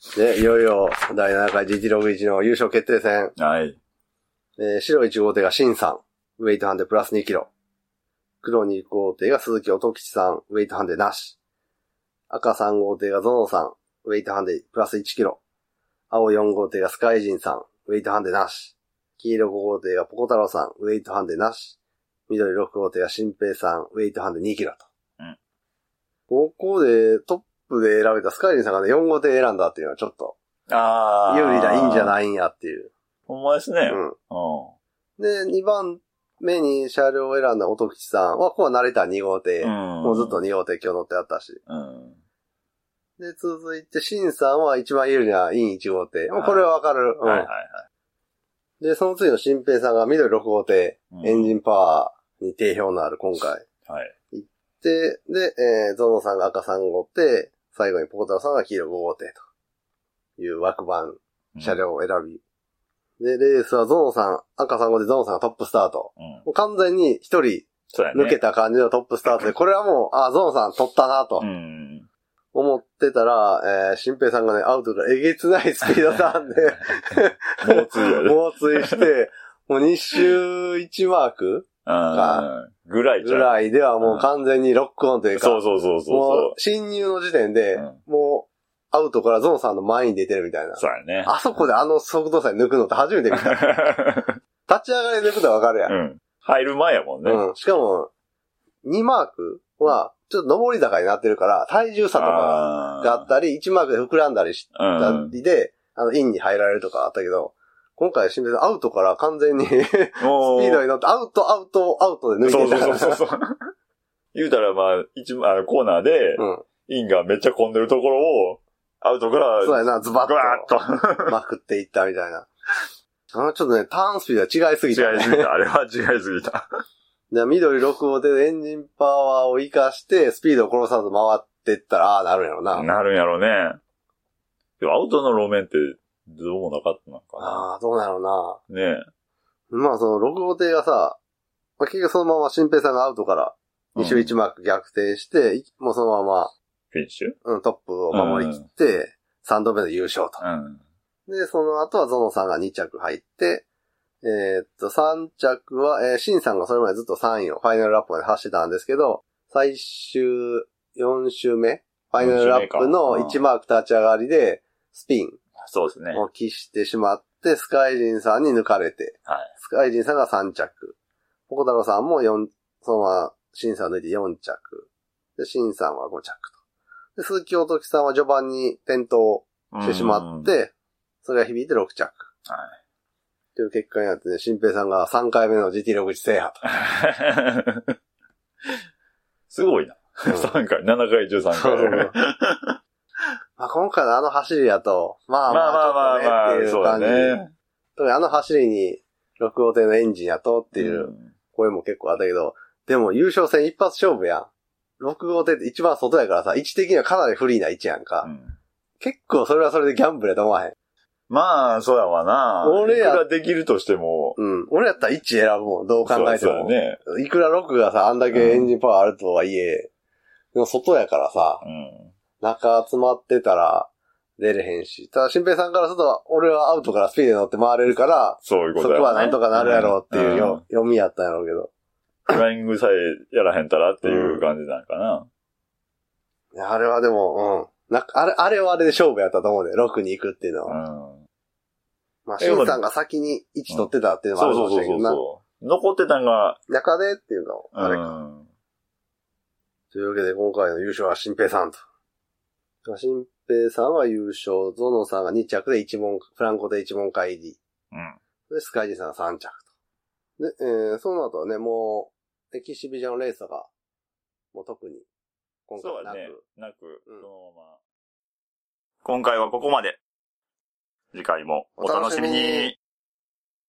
[SPEAKER 2] そ
[SPEAKER 1] たいうな。で、いよいよ、第7回 GT61 の優勝決定戦。
[SPEAKER 2] はい。
[SPEAKER 1] えー白1号艇がシンさん、ウェイトハンデプラス2キロ。黒2号艇が鈴木音吉さん、ウェイトハンデなし。赤3号艇がゾノさん、ウェイトハンデプラス1キロ。青4号艇がスカイジンさん、ウェイトハンデなし。黄色5号艇がポコ太郎さん、ウェイトハンデなし。緑6号艇が新平さん、ウェイトハンデ2キロと。
[SPEAKER 2] うん
[SPEAKER 1] ここでトップで選べたスカイジンさんがね、4号艇選んだっていうのはちょっと、
[SPEAKER 2] ああ。
[SPEAKER 1] 有利だ、いいんじゃ
[SPEAKER 2] い
[SPEAKER 1] ないんやっていう。
[SPEAKER 2] ほんまですね。
[SPEAKER 1] う
[SPEAKER 2] う
[SPEAKER 1] ん。
[SPEAKER 2] んう
[SPEAKER 1] で、2番目に車両を選んだ音吉さんは、ここは慣れた2号艇。
[SPEAKER 2] ん。
[SPEAKER 1] もうずっと2号艇今日乗ってあったし。
[SPEAKER 2] うん。
[SPEAKER 1] で、続いて、シンさんは一番有利なイン1号艇。もう
[SPEAKER 2] はい
[SPEAKER 1] これはわかる、うん
[SPEAKER 2] はいはい
[SPEAKER 1] で、その次の新平さんが緑6号艇。
[SPEAKER 2] はい。
[SPEAKER 1] エンジ
[SPEAKER 2] ン。
[SPEAKER 1] ンパワーに定評のある今回。
[SPEAKER 2] はい。
[SPEAKER 1] で、で、えー、ゾノさんが赤3号艇。最後にポコタロさんが黄色5号艇という枠番車。両を選び。で、レースはゾノさん、赤3号でゾノさんがトップスタート。
[SPEAKER 2] うん。
[SPEAKER 1] もう完全に一人
[SPEAKER 2] そうやね。
[SPEAKER 1] 抜けた感じのトップスタートで、これはもう、あ、ゾーンさん取ったなと
[SPEAKER 2] うん。
[SPEAKER 1] 思ってたら、えー、新平さんがね、アウトがえげつないスピードターンで、
[SPEAKER 2] 猛追やね。
[SPEAKER 1] 猛追して、もう2周1マーク
[SPEAKER 2] うん。ぐらいじ
[SPEAKER 1] ぐ
[SPEAKER 2] ゃん。
[SPEAKER 1] らいではもう完全にロックオンというか、
[SPEAKER 2] そうそうそうそう
[SPEAKER 1] もう
[SPEAKER 2] そ
[SPEAKER 1] 侵入の時点で、
[SPEAKER 2] うん
[SPEAKER 1] もうアウトからゾーンさんの前に出てるみたいな
[SPEAKER 2] う。。そうやね。
[SPEAKER 1] あそこであの速度差に抜くのって初めて見た。立ち上がりで抜くのはわかるやん
[SPEAKER 2] う。ん。入る前やもんね。
[SPEAKER 1] うん。しかも、2マークは、ちょっと上り坂になってるから、体重差とか
[SPEAKER 2] あー
[SPEAKER 1] があったり、1マークで膨らんだりし
[SPEAKER 2] う
[SPEAKER 1] た
[SPEAKER 2] ん。
[SPEAKER 1] りで、あの、インに入られるとかあったけど、今回、新別アウトから完全に 、スピー
[SPEAKER 2] もう
[SPEAKER 1] ドに乗って、アウト、アウト、アウトで抜いてたから。
[SPEAKER 2] そうそうそう そう。言うたらまあ、一番、あのコーナーで、
[SPEAKER 1] うん。
[SPEAKER 2] インがめっちゃ混んでるところを、アウトから、
[SPEAKER 1] そうやな、ズバ
[SPEAKER 2] バ
[SPEAKER 1] ッ
[SPEAKER 2] ーッと。
[SPEAKER 1] と、まくっていったみたいな。あの、ちょっとね、ターンスピードが違いすぎ
[SPEAKER 2] 違い
[SPEAKER 1] た、
[SPEAKER 2] す
[SPEAKER 1] ね。
[SPEAKER 2] ぎた。あれは違いすぎた。
[SPEAKER 1] で緑6号でエンジンパワーを活かして、スピードを殺さず回ってったら、ああ、なるんやろな。
[SPEAKER 2] なるんやろね。でもアウトの路面って、どうもなかったのか
[SPEAKER 1] ああ、どうなのな。
[SPEAKER 2] な。ね
[SPEAKER 1] まあその6号艇がさ、まあ、結局そのまま新平さんがアウトから
[SPEAKER 2] うん
[SPEAKER 1] 2周1マーク逆転して、いもうそのま
[SPEAKER 2] フィニッシュ
[SPEAKER 1] ま、うん、トップを守り切って、3度目の優勝と。
[SPEAKER 2] うん。
[SPEAKER 1] で、その後はゾノさんが2着入って、えーっと、3着は、えーシンさんがそれまでずっと3位をファイナルラップまで走ってたんですけど、最終4周目ファイナルラップの1マーク立ち上がりで、スピン
[SPEAKER 2] そうですね。
[SPEAKER 1] を喫してしまって、スカイジンさんに抜かれて、
[SPEAKER 2] はい
[SPEAKER 1] スカイジンさんが3着、ポコ太郎さんも4、そのまま、シンさんを抜いて4着、で、シンさんは5着と。で、鈴木おときさんは序盤に転倒してしまっ
[SPEAKER 2] うん、
[SPEAKER 1] て、それが響いて6着。という結果になってね、新平さんが3回目の GT61 制覇と。
[SPEAKER 2] すごいな。
[SPEAKER 1] うん
[SPEAKER 2] 3回、7回中3回。
[SPEAKER 1] まあ今回のあの走りやと、まあ
[SPEAKER 2] まあまあまあまあ、
[SPEAKER 1] ちょっとねってい
[SPEAKER 2] そううだ
[SPEAKER 1] 感じ。
[SPEAKER 2] ね。
[SPEAKER 1] 特にあの走りに、6号艇のエンジンやとっていう
[SPEAKER 2] うん
[SPEAKER 1] 声も結構あったけど、でも優勝戦一発勝負やん。6号艇って一番外やからさ、位置的にはかなり不利な位置やんか。
[SPEAKER 2] うん
[SPEAKER 1] 結構それはそれでギャンブルやと思わへん。
[SPEAKER 2] まあ、そうやわな。
[SPEAKER 1] 俺や
[SPEAKER 2] いくらできるとしても、
[SPEAKER 1] うん。俺やったら1選ぶもん、どう考えて
[SPEAKER 2] そうや
[SPEAKER 1] も。
[SPEAKER 2] ね。
[SPEAKER 1] いくら6がさ、あんだけエンジンパワーあるとはいえ、でも外やからさ、
[SPEAKER 2] うん。
[SPEAKER 1] 中集まってたら出れへんし。ただ、新平さんからすると、俺はアウトからスピードに乗って回れるから、
[SPEAKER 2] そういうこ
[SPEAKER 1] そ
[SPEAKER 2] と
[SPEAKER 1] こ
[SPEAKER 2] や
[SPEAKER 1] は
[SPEAKER 2] わ
[SPEAKER 1] な
[SPEAKER 2] ね
[SPEAKER 1] んとかなるやろうっていうよ、
[SPEAKER 2] ん
[SPEAKER 1] 読みやったんやろうけど。
[SPEAKER 2] フライングさえやらへんたらっていう感じなんかな。
[SPEAKER 1] いやあれはでも、うん。なんか、あれ、あれはあれで勝負やったと思うで、6に行くっていうの
[SPEAKER 2] う
[SPEAKER 1] は。
[SPEAKER 2] ん。
[SPEAKER 1] まあ、シンさんが先に位置取ってたっていうのもあ
[SPEAKER 2] そ
[SPEAKER 1] る
[SPEAKER 2] う
[SPEAKER 1] か
[SPEAKER 2] そ
[SPEAKER 1] も
[SPEAKER 2] う
[SPEAKER 1] し
[SPEAKER 2] そ
[SPEAKER 1] れ
[SPEAKER 2] うん
[SPEAKER 1] けどな。
[SPEAKER 2] そうそう。残ってたんが、
[SPEAKER 1] 中でっていうのもあれか。
[SPEAKER 2] うん。
[SPEAKER 1] というわけで、今回の優勝は新平さんと。新平さんは優勝、ゾノさんが2着で一問、フランコで一問会入り。
[SPEAKER 2] うん。
[SPEAKER 1] で、スカイジさんが3着と。で、えー、その後はね、もう、エキシビジョンレースとか、もう特に、今回
[SPEAKER 2] そ
[SPEAKER 1] は
[SPEAKER 2] う
[SPEAKER 1] な
[SPEAKER 2] だ
[SPEAKER 1] く、
[SPEAKER 2] ね。なく、
[SPEAKER 1] うん
[SPEAKER 2] そのまま。今回はここまで。次回もお楽しみ
[SPEAKER 1] お楽しみ
[SPEAKER 2] に
[SPEAKER 1] に。